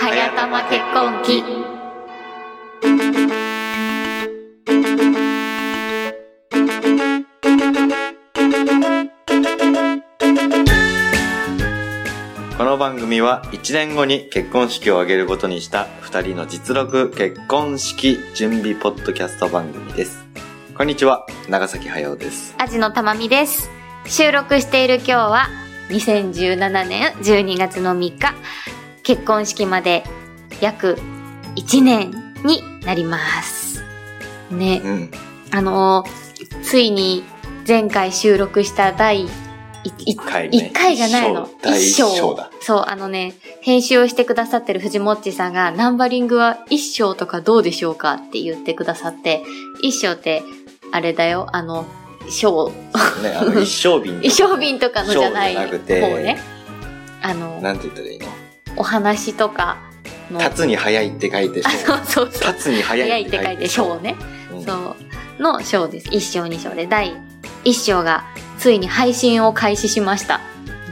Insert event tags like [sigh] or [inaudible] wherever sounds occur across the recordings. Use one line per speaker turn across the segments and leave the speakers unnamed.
頭結婚期
この番組は1年後に結婚式を挙げることにした2人の実録結婚式準備ポッドキャスト番組です。こんにちは、長崎駿です。
アジのたまみです収録している今日は2017年12月の3日結婚式まで約1年になりますね
うん。
あのーついに前回収録した第1
回ね
回じゃないの
一章。第一章
一
だ
そう、あのね、編集をしてくださってる藤もっちさんが、ナンバリングは一章とかどうでしょうかって言ってくださって、一章って、あれだよ、あの、
[laughs]
章、。
ね、あの、一生瓶
[laughs] 章瓶とかのじゃない
章じゃ
方
なくて
ね。あの、
なんて言ったらいいの
お話とかの、
立つに早いって書いて、
[laughs] そうそうそう。
立つに早
早い
い
っ
って
書
て書
い
い
て
て、
章ね。
うん
そう。の章です。一章二章で。第一章がついに配信を開始しました。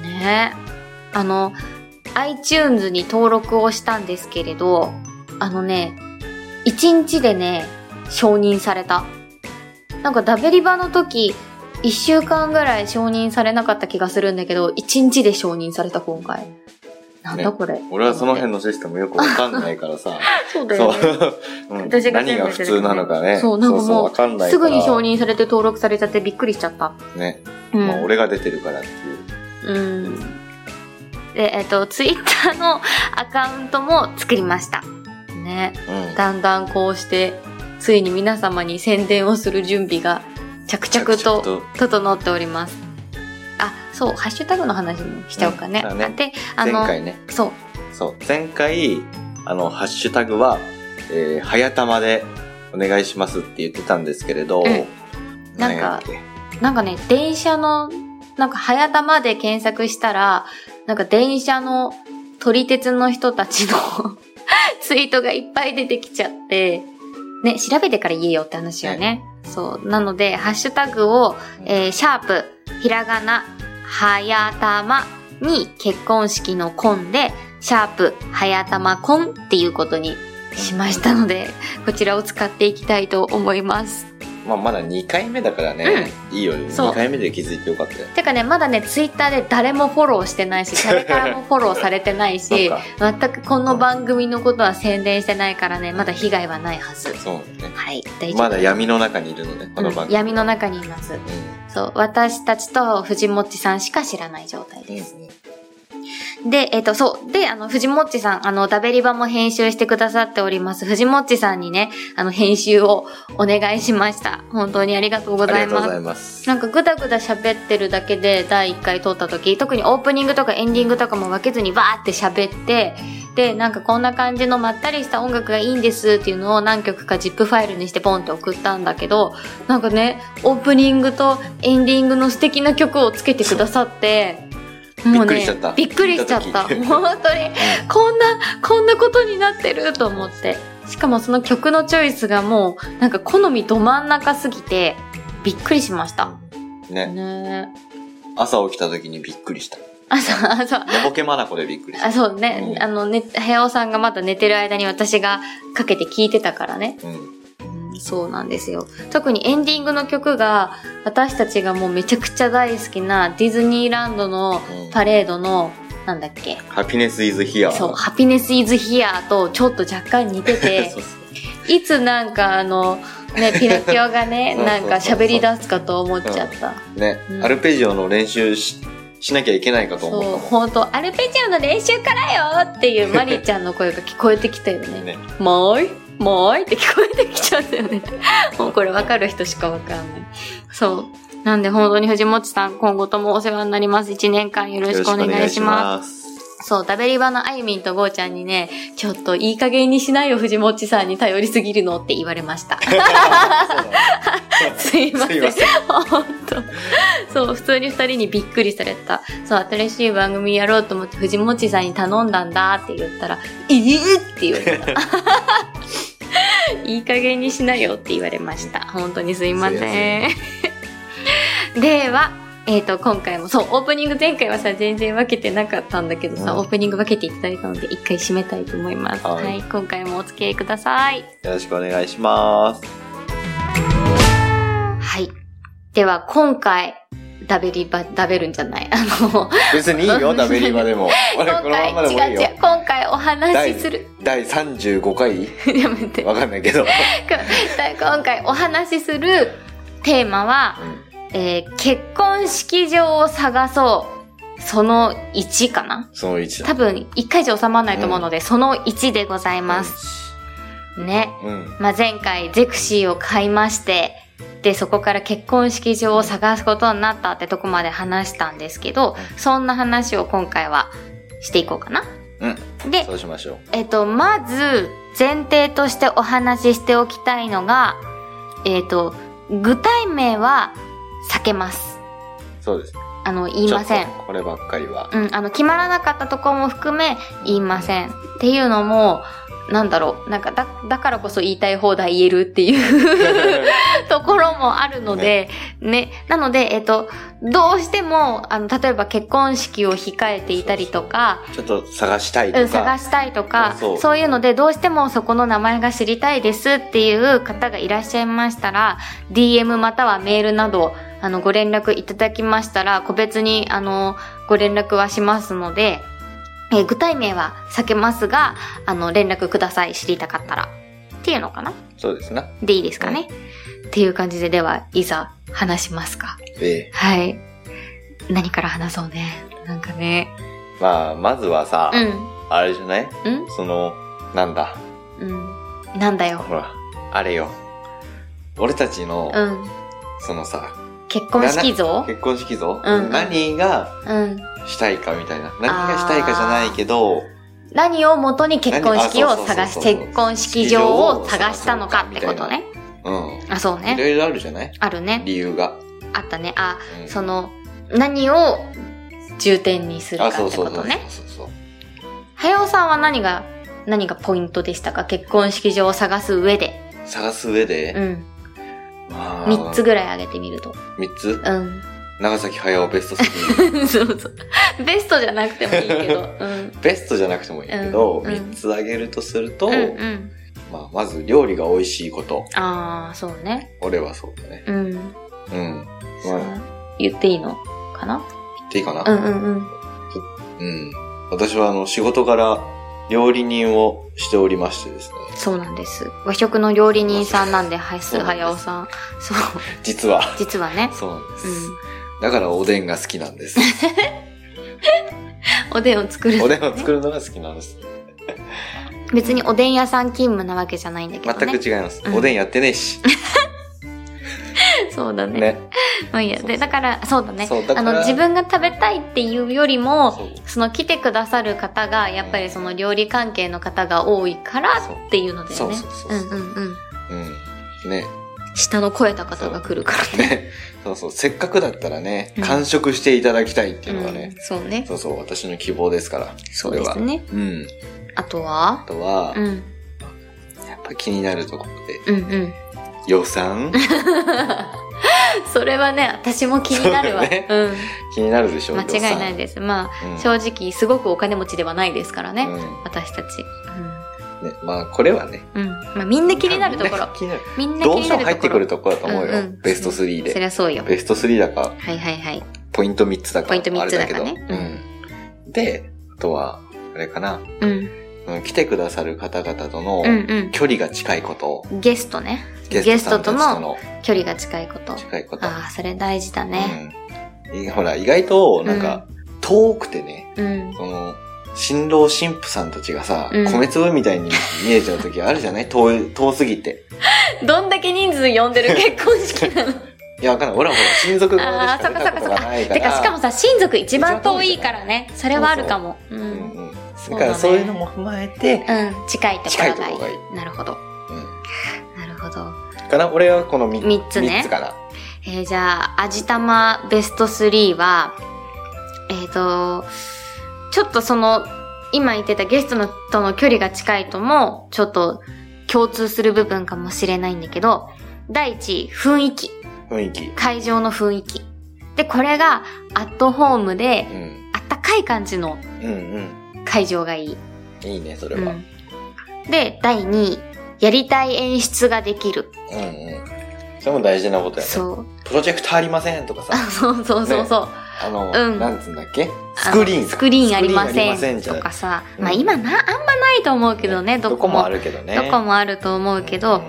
ねえ。あの、iTunes に登録をしたんですけれど、あのね、一日でね、承認された。なんかダベリバの時、一週間ぐらい承認されなかった気がするんだけど、一日で承認された今回。なんだ
ね
これ。
俺はその辺のシステムよくわかんないからさ。
そうだ
そ
よね。
う。うん
私が全部
何が普通なのかね。
そうなんかもう
わかんないから。
すぐに承認されて登録されちゃってびっくりしちゃった。
ね。
うん
まあ俺が出てるからっていう。
うん。で、えっと、ツイッターのアカウントも作りました。ね。
うん。
だんだんこうして、ついに皆様に宣伝をする準備が着々と整っております。あ、そう、ハッシュタグの話もしちゃおうかね。
うんだね
で、あ
前
の、
回ね。
そう、
そう。前回、あの、ハッシュタグは、えー、はやたまでお願いしますって言ってたんですけれど、
うん
何やっけ
なんかね、電車の、なんか早玉で検索したら、なんか電車の撮り鉄の人たちの [laughs] ツイートがいっぱい出てきちゃって、ね、調べてから言えよって話よね。そう。なので、ハッシュタグを、えーシャープ、ひらがな、はやたまに結婚式のコンで、シャープ、はやたまコンっていうことにしましたので、こちらを使っていきたいと思います。
まあ、まだ2回目だからね、いいよ、
そう
2回目で気づいてよかったよ。
てかね、まだね、ツイッターで誰もフォローして
[laughs]
ないし、誰からもフォローされてない
そ
し
う、か、
全くこの番組のことは宣伝してないからね、まだ被害はないはず。
そうね。
はい、大丈夫。
まだ闇の中にいるのね、この番
うん
組。
闇の中にいます。
う
そう、私たちと藤もっちさんしか知らない状態
ん。いい
で。
ですすね。
で、えっ、と、そう。で、あの、藤もっちさん、あの、ダベリバも編集してくださっております。藤もっちさんにね、あの、編集をお願いしました。本当にありがとうご
あり
ざい
がとう
ます
ござ。います。
なんかぐだぐだ喋ってるだけで第1回撮った時、特にオープニングとかエンディングとかも分けずにバーって喋って、で、なんかこんな感じのまったりした音楽がいいんですっていうのを何曲か ZIP ファイルにしてポンって送ったんだけど、なんかね、オープニングとエンディングの素敵な曲をつけてくださって、
びっくりしちゃった
びっくりしちゃった。
聞いた時
本当に、こんな、こんなことになってると思って。しかもその曲のチョイスがもう、なんか好みど真ん中すぎて、びっくりしました。
ね、
ね
朝起きた時にびっくりした。
あ、そう、あ、そう。
のぼけまなこでびっくりし
あ
た。
そうね、
うん
あのね、平尾さんがまだ寝てる間に私がかけて聞いてたからね。
うん。
そうなんですよ。特にエンディングの曲が、私たちがもうめちゃくちゃ大好きなディズニーランドの
うん
パレードの、なんだっけ。
ハピネスイズヒア。
そう、ハピネスイズヒアとちょっと若干似て
[laughs]
て
そう、そう
いつなんかあの、ね、ピノキオがね、
[laughs] そうそう
なん
そう
か喋り出すかと思っちゃった。
ね、
うん
アルペジオの練習ししなきゃいけないかと思
そう、
ったも
本当アルペジオの練習からよっていうマリちゃんの声が聞こえてきたよね。
ん [laughs] ね。
もういもういって聞こえてきちゃったよね。 [laughs] もうこれわかる人しかわかんない。そう。なんで本当に藤本さん、今後ともお世話になります。1年間よろしくお願いします。
す。
そう、ダベリバのあゆみんとゴーちゃんにね、ちょっといい加減にしないよ、藤本さんに頼りすぎるのって言われま
[laughs]
した。 [laughs] すいません。
すいません
本当。そう、普通に二人にびっくりされた。そう、新しい番組やろうと思って藤本さんに頼んだんだって言ったら、えー、って言われ
[laughs]
た。いい加減にしなよって言われました。本当にすいません。では、ええっ、と、今回も、そう、オープニング前回はさ、全然分けてなかったんだけどさ、
うん
オープニング分けていただいたので、一回締めたいと思います。
はい
はい、今回もお付き合いください。
よろしくお願いします。
はい。では、今回、ダベリバ、ダベるんじゃない [laughs] あの、
別にいいよ、ダベリバ
[laughs]
でも。俺
今
このま
回
んまで、もいい
違う
よ
違う。、今回お話しする。
第35回
やめて。
わかんな
[laughs]
いけど。
今回お話しするテーマは、
うん
えー結婚式場を探そう。その1かな
その1だ。
多分、1回じゃ収まらないと思うので、その1でございます。ね。
うん。
まあ、前回、ゼクシーを買いまして、で、そこから結婚式場を探すことになったってとこまで話したんですけど、そんな話を今回はしていこうかな。
うん。
で
そ、うしましょう。
えっと、まず、前提としてお話ししておきたいのが、えっと、具体名は避けます。
そうです。
あの、言いません
ちょ。っとこればっかり
[laughs]
は。
うん、あの、決まらなかったところも含め言いません。っていうのも、なんだろう、なんかだ、だからこそ言いたい放題言えるっていう [laughs] ところもあるので、ね。なので、えっと、どうしても、あの、例えば結婚式を控えていたりとか、
ちょっと探したい
うん、
と
探
か。
したいとか
そう
そういうのでどうしてもそこの名前が知りたいですっていう方がいらっしゃいましたら DM またはメールなどあのご連絡いただきましたら個別にあのご連絡はしますので、えー具体名は避けますがあの連絡ください知りたかったらっていうのかな
そうですな。
でいいですかね、っていう感じでではいざ話しますか
ええ。
はい何から話そうねなんかね
まあ、まずはさ
う、ん
あれじゃない
うん
その、なんだ。
うんなんだよ
ほら、あれよ。俺たちの、
うん
そのさ、
結婚式像
結婚式像、
うんうん
何が
うん。
したいかみたいな。何がしたいかじゃないけど、
何を元に結婚式
何あそう
を
そうそう
探
そ
し、
う
結婚式場を探したのかってことね。
うん。
あ、そう
いろ
ね。
いろあるじゃない
あるね。
理由が。
あったね。あ、
うん
その、何を重点にするか
あ、
って
そ
こ
うそうそうそ
と
う
ね。
そうそう。
早尾さんは何が、何がポイントでしたか結婚式場を探す上で。
探す上で、
うん。
まあ、
3つぐらい挙げてみると。
三つ [laughs]
うん。
長崎駿ベスト3。
[laughs] そうそう。ベストじゃなくてもいいけ
[laughs]
ど。うん。
ベストじゃなくてもいいけど、
うん
三、つあげるとすると、
うんうん。
まあ、まず料理が美味しいこと。
ああ、そうね。
俺はそうだね。
うん。
うん。
そ
ま
う
あ、
言っていいのかな
言っていいかな
うんうんうん。
うん。私はあの、仕事柄、料理人をしておりましてですね。
そうなんです。和食の料理人さんなんで、はい、
そ
す
うなん
は
です
やおさん。そう、
実は。
実はね。
そうなんです。
う
だからおでんが好きなんです。
ん。おでんを作る、
[laughs] おでんを作るのが好きなんです。
別におでん屋さん勤務なわけじゃないんだけどね。
全く違います。
うん
おでんやってねえし。
そうだね。
ね。
まあいいや。
そうそ
で、
う
だから、そう [laughs] だね。
そうだ
あ
から
の、自分が食べたいっていうよりも、
そう
その来てくださる方が、やっぱりその料理関係の方が多いからっていうのだ
そ
よ
う
ね。
そうそう
う
そ
んう
う。
んうん。
う
[laughs]
ん。ね。
下の超えた方が来るからね。
ね。そうそう。せっかくだったらね
う、ん
完食していただきたいっていうのがね
う、んそうね。
そうそう、私の希望ですから。
そうで
こ
す
れは。
ね。
うん。
あと
あ
は
とは
う、ん。
やっぱ気になるところで、
うんうん。[laughs]
予算
それはね、私も気になるわ。
そうだよね
うん。
気になるでしょ
間違いない
で。
です。まあ、
うん
正直、すごくお金持ちではないですからね。
うん
私たち。
ね。まあ、これはね。
うん。うん。まあ、みんな気になるところ。
気になる。
みんな気
どう
に
して
な
も
るところ。
入ってくるところだと思う
うんう
よ
ん。
ベスト3
そ
で
り。ゃそうよ。
ベスト3だか、
はいはいはい。
ポイント3つだか。
ポイント3つだからね
あれけどうん。で、あとは、あれかな。
うん。
うん来てくださる方々との
うん
距離が近いこと。
うん。ゲストね。
ゲストさんたち
ゲスト
と
と
の
の距離が近いこと。
近いこと。
ああ、それ大事だね。
うんいほら、意外と、なんか、遠くてね、
うん。
その、新郎新婦さんたちがさ、
うん
米粒みたいに見えちゃう時あるじゃない遠い、遠すぎて。
どんだけ人数呼んでる結婚式
[laughs]
なの
いや、わかんない。俺はほら、親族側で
あ
し
あ、そ
か
っ
見
かそ
た
っか
こ
そ
と
っ
が
か。
ないか
て
ら。
か、しかもさ、親族一番遠いからね。それはあるかも。う
うん
ん。
うん。
そう
だ
だね
からそういうのも踏まえて、
うん。近いとこ
近い
ろ
とこ
がい
ろがいい。
い。なるほど。
う
なるほど。
ん。かな俺はこの三
三つね
三つかな。
えーじゃあ、味玉ベスト3は、えっ、と、ちょっとその、今言ってたゲストのとの距離が近いとも、ちょっと共通する部分かもしれないんだけど、第一位、雰囲気。
雰囲気。
会場の雰囲気。で、これがアットホームで
う、ん。
あったかい感じの
うん
会場がいい。
うん。いいね、それ
う
は。
ん、で、第2位、やりたい演出ができる。
うんうん。それも大事なことやね。
そう。
プロジェクターありませんとかさ
あ、そうそうそうそう。
あの、
うん
なんつうんだっけスクリーン
スクリーンありま
スクリーンありま
せ
せ
ん
んじ
と
ゃない
かさ、
うん
まあ今な、あんまないと思うけどね、どこも。
あるけどね。
どこもあると思うけど、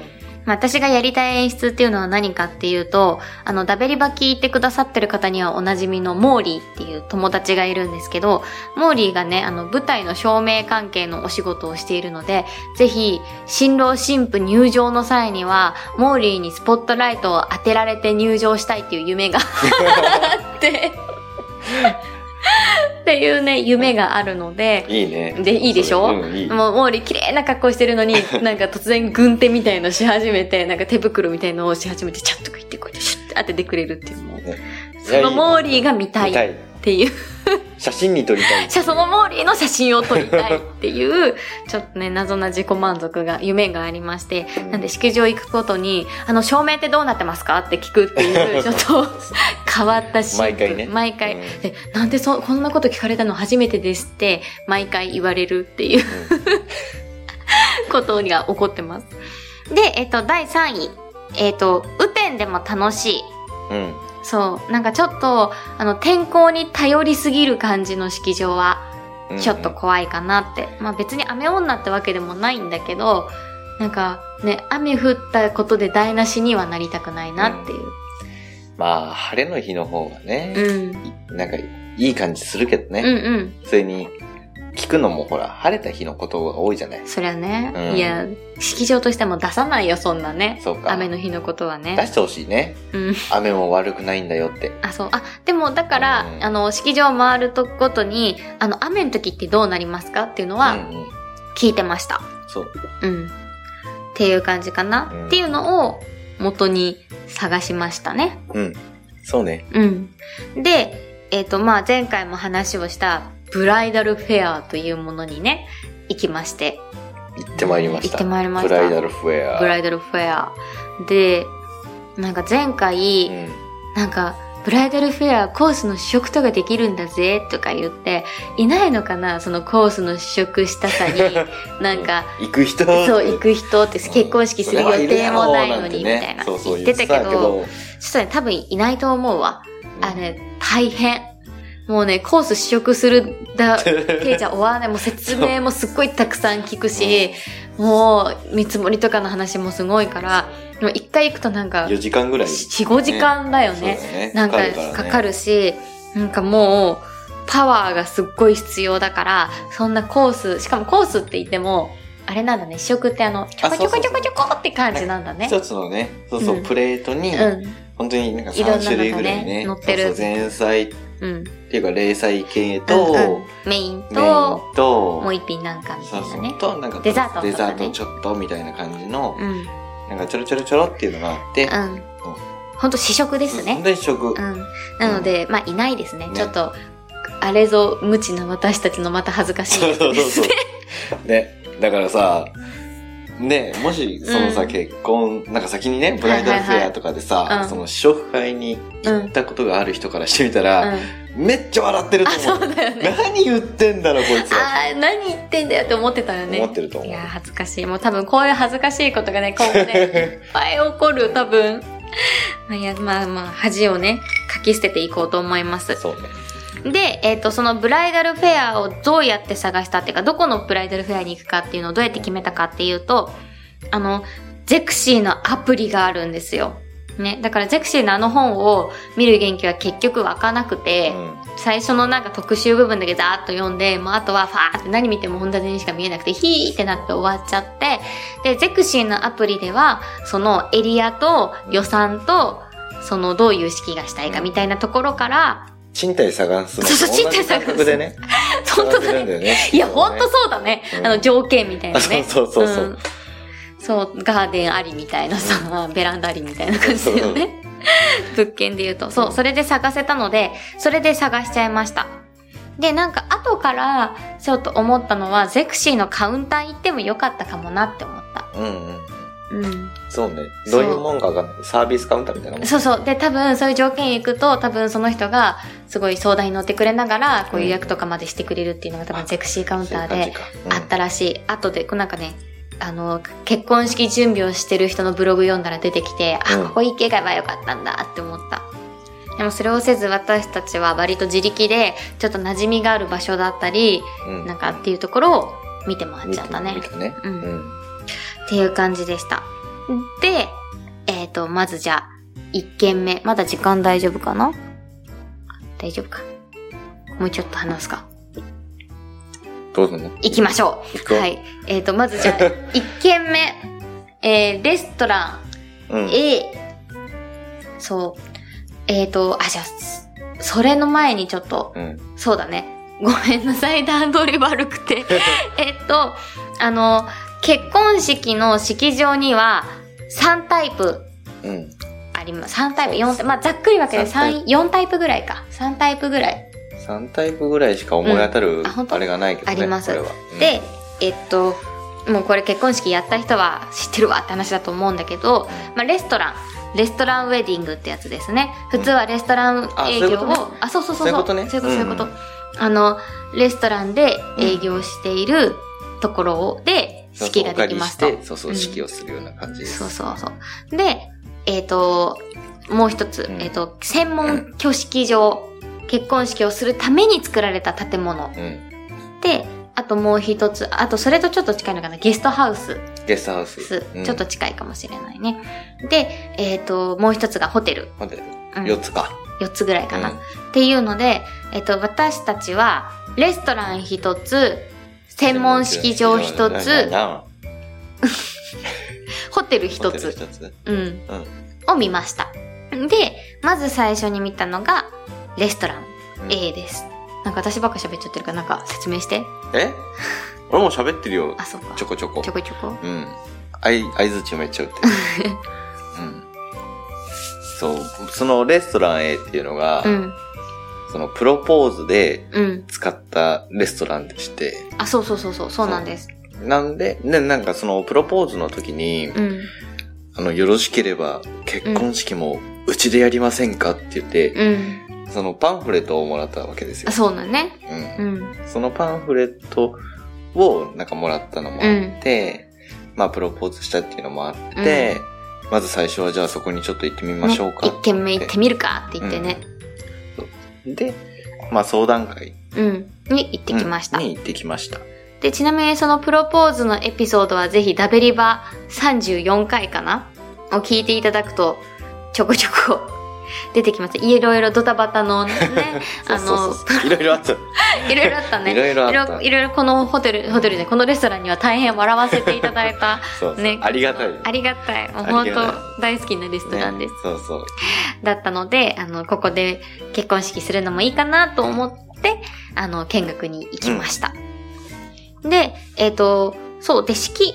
まあ、私がやりたい演出っていうのは何かっていうと、あの、ダベリバ聞いてくださってる方にはおなじみのモーリーっていう友達がいるんですけど、モーリーがね、あの、舞台の照明関係のお仕事をしているので、ぜひ、新郎新婦入場の際には、モーリーにスポットライトを当てられて入場したいっていう夢があって、 [laughs] っていうね、夢があるので、
うん。いいね。
でいいでしょ
それうん、いい。
もう、モーリー綺麗な格好してる
[laughs]
のに、なんか突然軍手みたいのし始めて、なんか手袋みたいのをし始めて、ちゃんとか言ってこうやってシュッて当ててくれるっていう、もう
ね
そのモーリーが見たい
見た
っ
い。
ていう、
写真に撮
[laughs]
りたい。
じゃあそのモーリーの写真を撮りたいっていう、ちょっとね、謎な自己満足が、夢がありまして、
うん
なんで式場行くことに、あの、照明ってどうなってますかって聞くって
[laughs]
いう、ちょっと変わったシーン。
毎回ね
毎回。
うん
で、なんでそ、こんなこと聞かれたの初めてですって、毎回言われるっていう。 [laughs] ことが起こってます。で、えっと、第3位。えっと、雨天でも楽しい。
うん。うん
そう。なんかちょっと、あの、天候に頼りすぎる感じの式場は、
うん
ちょっと怖いかなって。まあ別に雨女ってわけでもないんだけど、なんかね、雨降ったことで台無しにはなりたくないなっていう。
まあ、晴れの日の方がね、
うん。
なんか、いい感じするけど
うん
ね。
うん。
それに、聞くのもほら、晴れた日のことが多いじゃない
そりゃね、
うん
いや、式場としても出さないよ、そんなね。
そうか。
雨の日のことは
出
ね。
してほしいね。
うん。
雨も悪くないんだよって。
あ、そう。あ、でも、だから、
うん
あの、式場を回るとごとに、あの、雨の時ってどうなりますかっていうの
う
は
んうん。
聞いてました。
そう。
うん。っていう感じかな、
うん
っていうのを元に探しましたね。
うん。そうね。
うん。で、えっ、と、まあ、前回も話をした、ブライダルフェアというものにね、行きまして。
行ってまいりました。
行ってまいりました
ブライダルフェア。
ブライダルフェア。で、なんか前回、
うん。
なんか、ブライダルフェアコースの試食とかできるんだぜとか言って、いないのかなそのコースの試食したさに、なんか、
行く人
そう、行く人って
うん
結婚式する予定もないのに、み
それは
たいな。
るやろなんてねそうそう
言ってたけど、
言って
ちょっとね、多分いないと思うわ。
た
あれ、大変。もうね、コース試食するだ、けじゃ終わらない。もう説明もすっごいたくさん聞くし、もう見積もりとかの話もすごいから、もう一回行くとなんか、
4時間ぐらい
4、5時間だよね。なんかかか
る
るし、なんかもう、パワーがすっごい必要だから、そんなコース、しかもコースって言っても、あれなんだね、試食ってあの、ちょこちょこちょこちょこって感じなんだね。
一つのねそうそう、
うん
プレートに、
う
本当になんか
いろんなのが
3種類ぐらいね
ね乗ってる
そうそう前菜っ
ん、うん。
ていうか冷菜系と、
うんメイン
メイ
と、
ンと
もう一品なんかみた
そ
いうな
そ
ね
う。となんか
デザートとかね
デザートちょっとみたいな感じの、
うん、うん。
なんかちょろちょろちょろっていうのがあって、
ほんと試食で
です
ね。
で食、
うん。なので、まあ、いないですね。
ね
ちょっと、あれぞ、無知な私たちのまた恥ずかしい
[laughs] そう
やつ
そう
で
そう
す
そう
ね。。 [laughs]
ね、だからさ、ね、もし、そのさ、
うん
結婚、なんか先にね、ブライダルフェアとかでさ、
はいはいはいうん
その試食会に行ったことがある人からしてみた
うん。
ら、
あ、
めっちゃ笑ってると
そ
思
う
う。
だよね。
何言ってんだろ、こいつら。
ああ、何言ってんだよって思ってたよね。
思ってると思う
いやー、恥ずかしい。もう多分こういう恥ずかしいことがね、今後
[laughs]
ね、いっぱい起こる、多分。まあ、いや、まあまあ、恥をね、かき捨てていこうと思います。
そうね。
で、えっ、と、そのブライダルフェアをどうやって探したっていうか、どこのブライダルフェアに行くかっていうのをどうやって決めたかっていうと、あの、ゼクシーのアプリがあるんですよ。ね。だからゼクシーのあの本を見る元気は結局湧かなくて、
う
最初のなんか特集部分だけざーっと読んで、もうあとはファーって何見ても同じにしか見えなくて、ヒーってなって終わっちゃって、で、ゼクシーのアプリでは、そのエリアと予算と、そのどういう式がしたいかみたいなところから、
ん。賃貸探すのと
そうそう賃
同
貸
じ
探
感
す
覚でね。
本当だ
探せる
ね。
んだよね。
いや、本当そうだね。
うん
あの、条件みたいなね。
あそうそうそうそうん
そう、ガーデンありみたいな
[laughs]
さ、ベランダありみたいな感じだよね。物件で言うと。そう、それで探せたので、それで探しちゃいました。で、なんか後から、ちょっと思ったのは、ゼクシーのカウンター行ってもよかったかもなって思った。
うんうん。
うん。
そうね。
そ
どう
う
いうもんかがサービスカウンターみたいなもん。
そうそう。で、多分そういう条件行くと、多分その人がすごい相談に乗ってくれながら、こう予約とかまでしてくれるっていうのが多分ゼクシーカウンター
そういう
で
感じ
あ
か。
ったらしい。あとで、こうなんかね、あの、結婚式準備をしてる人のブログ読んだら出てきて、
うん
あ、ここ行けばよかったんだって思った。でもそれをせず私たちは割と自力で、ちょっと馴染みがある場所だったり、
うん。う
なんかっていうところを見て回っちゃったね。
見たね。
う
うんん。
っていう感じでした。で、えっ、と、まずじゃあ、1件目。まだ時間大丈夫かな大丈夫か。もうちょっと話すか。
どうすんの
行きましょ
行
う。
く
はい。えっ、と、まずじゃあ、1件
[laughs]
目。えーレストラ
う
ン
ん。
A。そう。えっ、と、あ、じゃあ、それの前にちょっと、
うん。
そうだね。ごめんなさい、段取り悪く
[laughs]
て。えっと、あの、結婚式の式場には3タイプ
うん。
あります。3タイプ、
そうで
4
す
タイプ。まあ、ざっくり分けて
三タイ
3、4タイプぐらいか。3タイプぐらい。
3タイプぐらいしか思い当たる、
んあ本当
あれがないけどね。
あります
これは、うん
で、えっと、もうこれ結婚式やった人は知ってるわって話だと思うんだけど、まあ、レストラン。レストランウェディングってやつですね。普通はレストラン
あ
営
そういう
業
こと
を、
ね
あ、そうそうそう。
そういうことね
そういうこと、そういうこと。
うん
あの、レストランで営業しているところをで、
そうそう
式ができますと。
お借りしてそうそう、
うん
式をするような感じです。
そうそうそう。で、えっ、と、もう一つ、
うん
えっ、と、専門挙式場、結婚式をするために作られた建物
うん。
で、あともう一つ、あとそれとちょっと近いのかな、ゲストハウス
ゲストハウス。
ス、
うん
ちょっと近いかもしれないね。で、えっ、と、もう一つがホテル、
待って、
うん、
4つか。
4つぐらいかな、
うん
っていうので、えっ、と、私たちは、レストラン一つ、専門式場一
な
つ、
な
ホテル一
ホテル
つ。
一つ。
うん、を見ました。で、まず最初に見たのが、レストラン
うん
A です。なんか私ばっか喋っちゃってるから、なんか説明して。
え俺も喋ってるよ
あ、。そうか。
ちょこちょこ
ちょ。こちょこ。
うん。あい、合図値めっちゃ打ってる。うん。そう。そのレストラン A っていうのが、
うん、
そのプロポーズで
うん。
使ったレストランでして、
あ、そうそうそうそう、そうなんです。
なんで、ね、なんかそのプロポーズの時に、
うん、
あの、よろしければ結婚式もうちでやりませんかって言って、
うん。
そのパンフレットをもらったわけですよ
あ、。そうだね。
うん
うん、
そのパンフレットをなんかもらったのもあって、まあプロポーズしたっていうのもあって、まず最初はじゃあそこにちょっと行ってみま
ね、
しょうか。
一軒目行ってみるかって言ってね。
で、まあ相談会
うん。に行ってきました。
うんに行ってきました。
で、ちなみにそのプロポーズのエピソードはぜひダベリバ34回かなを聞いていただくと、ちょこちょこ出てきます。いろいろドタバタの
[laughs]
ね、
そ
あ
うそう
の、
そう。いろいろあった。
いろいろあった [laughs] ね。
いろいろあった
いろいろこのホテル、ホテルで、このレストランには大変笑わせていただいた。
そうそう
ね。
ありがたい。
ありがたい。もう
あ
本
りがたい
当大好きなレストランです。
ねそうそう。
だったので、あの、ここで結婚式するのもいいかなと思って、あの、見学に行きました。で、えっ、と、そう、で、式、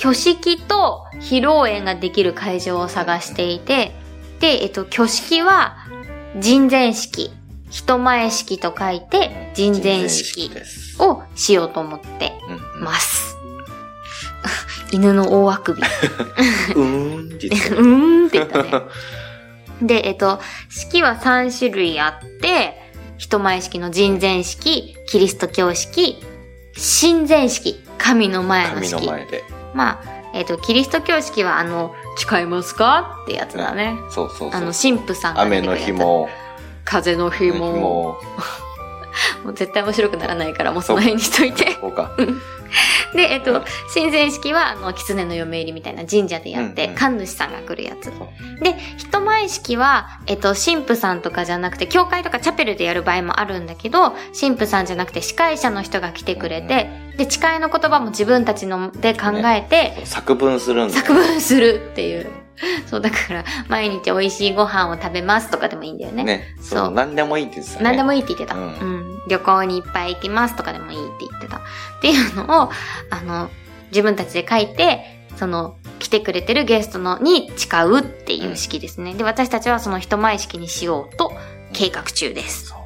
挙式と披露宴ができる会場を探していて、で、えっ、と、挙式は、人前式、人前式と書いて、人前式
です。
をしようと思って
うんうん
ます。 [laughs] 犬の大あくび。 [laughs]
うーん、実
う
は。
ーんって言ったね。で、えっと、式は3種類あって、人前式の人前式、キリスト教式、神前式、神の [laughs] 前の
神の
式。
前で。
まあ、えっと、キリスト教式はあの、誓いますかってやつだね。
そうそうそ
あの、
う。
神父さんが出
雨
てく
の
るやつ
日。も、
風の日
雨の
も。
日
も [laughs]
も、
う絶対面白くならないから、もうその辺にしといて。
こうか。
で、えっと、神前式は、あの、狐の嫁入りみたいな神社でやって、
うんうん
神主さんが来るやつ
そ。
で、人前式は、えっと、神父さんとかじゃなくて、教会とかチャペルでやる場合もあるんだけど、神父さんじゃなくて司会者の人が来てくれて、で、誓いの言葉も自分たちので考えて、
作文するんだよ。
作文するっていう。そう、だから、毎日美味しいご飯を食べますとかでもいいんだよね。
ね。
そう
そう。何でもいいって言ってたね。
何でもいいって言ってた、
う
うんん。旅行にいっぱい行きますとかでもいいって言ってた。っていうのを、あの、自分たちで書いて、その、来てくれてるゲストのに誓うっていう式ですね。で、私たちはその人前式にしようと計画中です。
そう。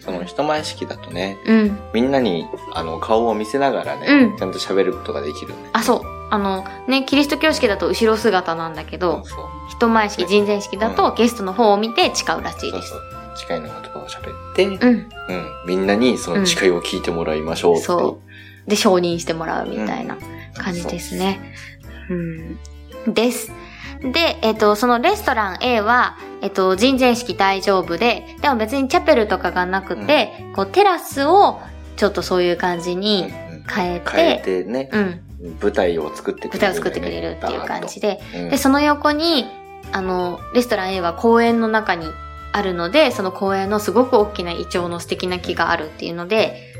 その人前式だとね、
うん。
みんなに、あの、顔を見せながらね、
うん
ちゃんと喋ることができるね。
あ、そう。あの、ね、キリスト教式だと後ろ姿なんだけど、
そう
人前式、人前式だ
う
とゲストの方を見て誓うらしい
そう
で
そ
す。
う誓いの言葉を喋って、うん
うん。
みんなにその誓いを聞いてもらいましょうっていう、
そう。で、承認してもらうみたいな感じですね。うん。です。で、えっ、と、そのレストラン A は、えっ、と、人前式大丈夫で、でも別にチャペルとかがなくて、こう、テラスを、ちょっとそういう感じ
うんう
に
ん
変えて、
変えてね、
うん、
舞台を作ってくれるんだ
豚を
よね、
作ってくれるっていう感じで、
バーッと。
で、その横に、あの、レストラン A は公園の中にあるので、その公園のすごく大きなイチョウの素敵な木があるっていうので、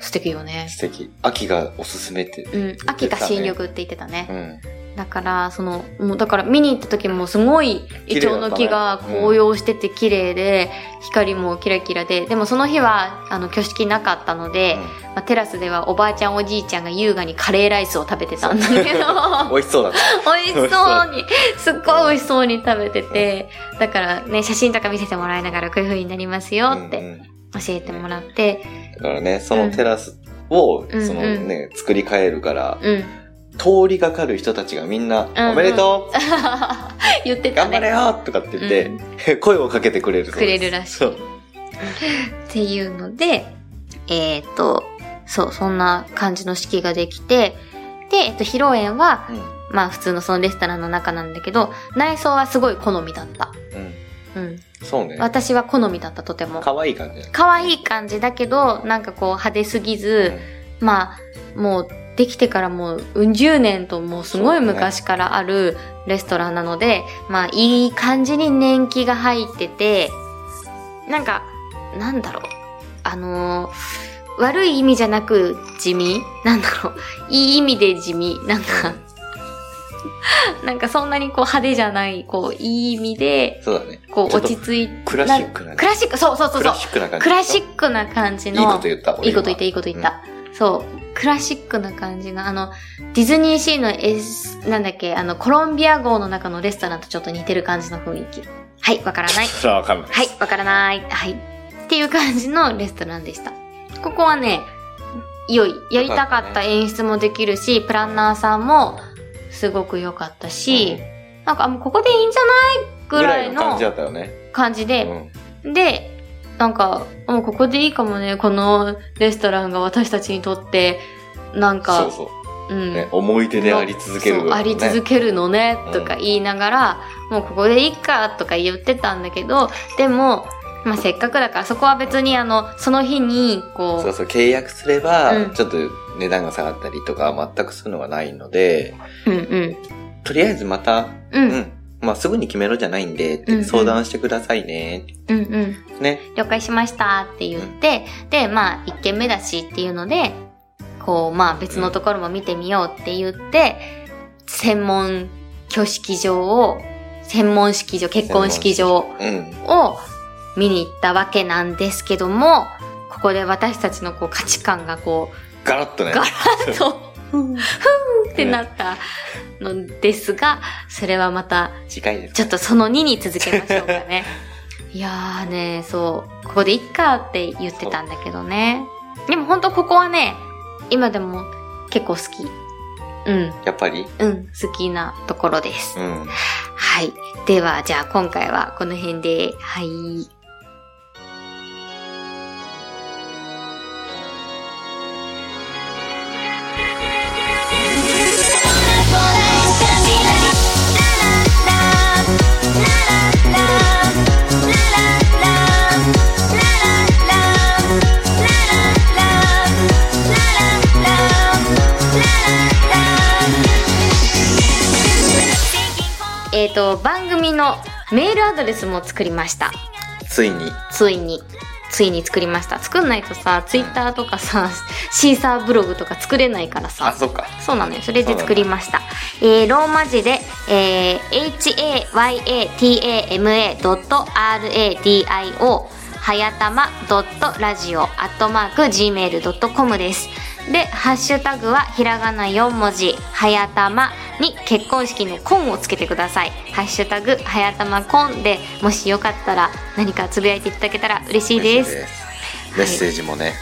素敵よね
うん。素敵。秋がおすすめって。
うん、秋が新緑って言ってたね。
うん。
だから、その、もうだから見に行った時もすごいイチョウの木が
綺麗だったね
紅葉してて綺麗で、光もキラキラで、でもその日は、あの、挙式なかったので、まあ、テラスではおばあちゃんおじいちゃんが優雅にカレーライスを食べてたんだけ
うん
ど、
美味しそうだっ
[laughs] 美味しそうに、すっごい美味しそうに食べてて、だからね、写真とか見せてもらいながらこういう風になりますよ
た。
っ
うん
て
うん
教えてもらって、
だからね、そのテラスを、
うん
そのね、作り変えるから、
うん。 [laughs]
通りがかる人たちがみんな、
んうん
おめでとう
言ってた
頑
ね。
張れよとかって言って、 [laughs] 声をかけてくれるそう
く
で
れ
す。
るらし
そ。
いうっていうので、えっ、と、そう、そんな感じの式ができて、で、えっと、披露宴は、
うん。
まあ普通のそのレストランの中なんだけど、内装はすごい好みだった。
うん。
うん。
そうね。
私は好みだった、とても。
可愛い感じだね
可愛い感じだけど、なんかこう派手すぎず、まあ、もうできてからもううん十年ともうすごい昔からあるレストランなので、まあいい感じに年季が入ってて、なんか、なんだろう。あのー悪い意味じゃなく地味なんだろう。いい意味で地味。なんか、なんかそんなにこう派手じゃない、こういい意味で、
そうだね。
こう
ちょっ
落ち
と
着いて、
クラシックな
クラシック、そうそうそうそ
ク
う
ラ。シックな感じ。
クラシックな感じの。
いいこと言った。俺
いいこと言った、いいこと言った。そう。クラシックな感じの、あの、ディズニーシーの、S、なんだっけ、あの、コロンビア号の中のレストランとちょっと似てる感じの雰囲気。はい、わからない。
それはわかんない。
はい、わからない。はい。っていう感じのレストランでした。ここはね、良い。やりたかった演出もできるし、プランナーさんもすごく良かったし、なんか、あもうここでいいんじゃない
うん、
ぐらい
ぐ感
の
じだったよね。
感じで、
うん
で、なんか、もうここでいいかもね、このレストランが私たちにとって、なん
そ
か、
うそうう。
ん。
ね、思い出であり続ける、
そうあり続けるのね、
うん
とか言いながら、もうここでいいか、とか言ってたんだけど、でも、まあ、せっかくだから、そこは別にあの、その日に、こ
そうそう、契約すれば、
うん
ちょっと値段が下がったりとか、全くそういうのはないので、
う、うんうん。
とりあえずまた、
う、
うんん、
うん、
まあ、すぐに決めろじゃないんで、って
うんうん
相談してくださいね、
うん。
ね。
了解しましたって言って、で、まあ、一軒目だしっていうので、こう、まあ、別のところも見てみようって言って、専門挙式場を、専門式場、結婚式場
うん。
を見に行ったわけなんですけども、ここで私たちのこう価値観がこう、
ガラッとね。
ガラッと、ふんってなったのですが、それはまた
次回です。
ちょっとその2に続けましょうかね。いやーね、そう、ここでいっかって言ってたんだけどね。でも本当ここはね、今でも結構好き。うん、
やっぱり
うん、好きなところです。
うん。
はい。では、じゃあ今回はこの辺で、はい。えっ、ー、と、番組のメールアドレスも作りました。
ついに、
ついに。ついに作りました。作んないとさ、ツイッターとかさ、シーサーブログとか作れないからさ。
あ、そっか。
そうなのよ。それで作りました。えー、ローマ字で、えー、hayatama.radio はやたま .radio アットマーク gmail.com です。で、ハッシュタグはひらがな4文字、はやたまに結婚式の婚をつけてください。ハッシュタグ、はやたま婚で、もしよかったら何かつぶやいていただけたら嬉しいです。
メッセージもね。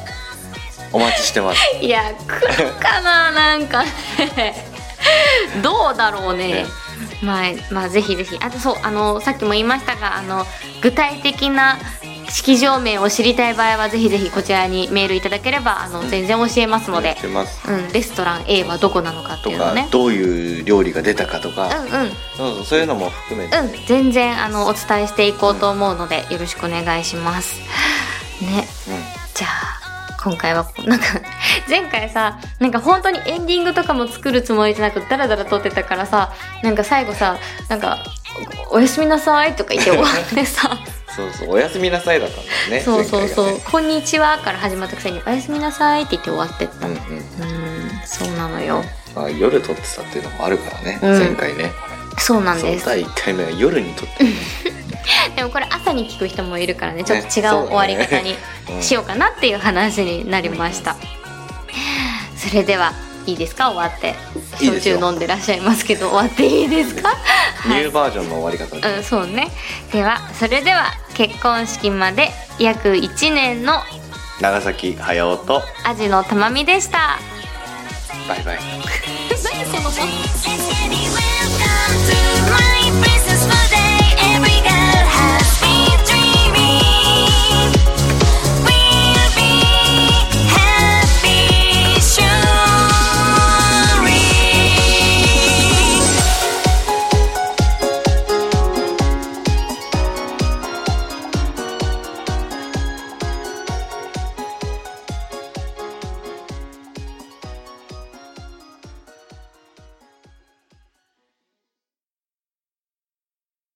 [laughs] お待ちしてます。
いや来るか
[laughs]
ななんかねどうだろうね
ね
まあまあぜひぜひあとそうあのさっきも言いましたがあの具体的な式場名を知りたい場合はぜひぜひこちらにメールいただければあの、
うん
全然教えますので
してます。
うん、レストラン A はどこなのかって
と
いうの
か、
ね
どういう料理が出たかと
う
か、
んうん
そうそうそういうのも含めて、
うん全然あのお伝えしていこうと思うので、よろしくお願いしますね
う
じゃあ今回はこなんか [laughs] 前回さなんか本当にエンディングとかも作るつもりじゃなくダラダラ撮ってたからさなんか最後さなんか「おおやすみなさい」とか言って終わってさ
ん、そうそうおやすみなさいだったんだよね。
そうそうそう「
前回
こんにちは」から始まったくせに「おやすみなさい」って言って終わってった、
が
う
ね
ん、
うんうん。
そうなのよ
まあ夜撮ってたっていうのもあるからね。
うん
前回ね。
そうなん
そう
です
第1回目は夜に撮ってる、
でもこれ朝に聞く人もいるからねちょっと
ね
違う終わり方に
うん
しようかなっていう話になりました、それではいいですか終わって
いい
焼
です
酎
よ
飲んでらっしゃいますけど終わっていいですか [laughs]
ニ
はい
ューバージョンの終わり方で、
うん、そうねではそれでは結婚式まで約1年の
長崎駿と
アジのたまみでした
バイバイ。
何その
Welcome to my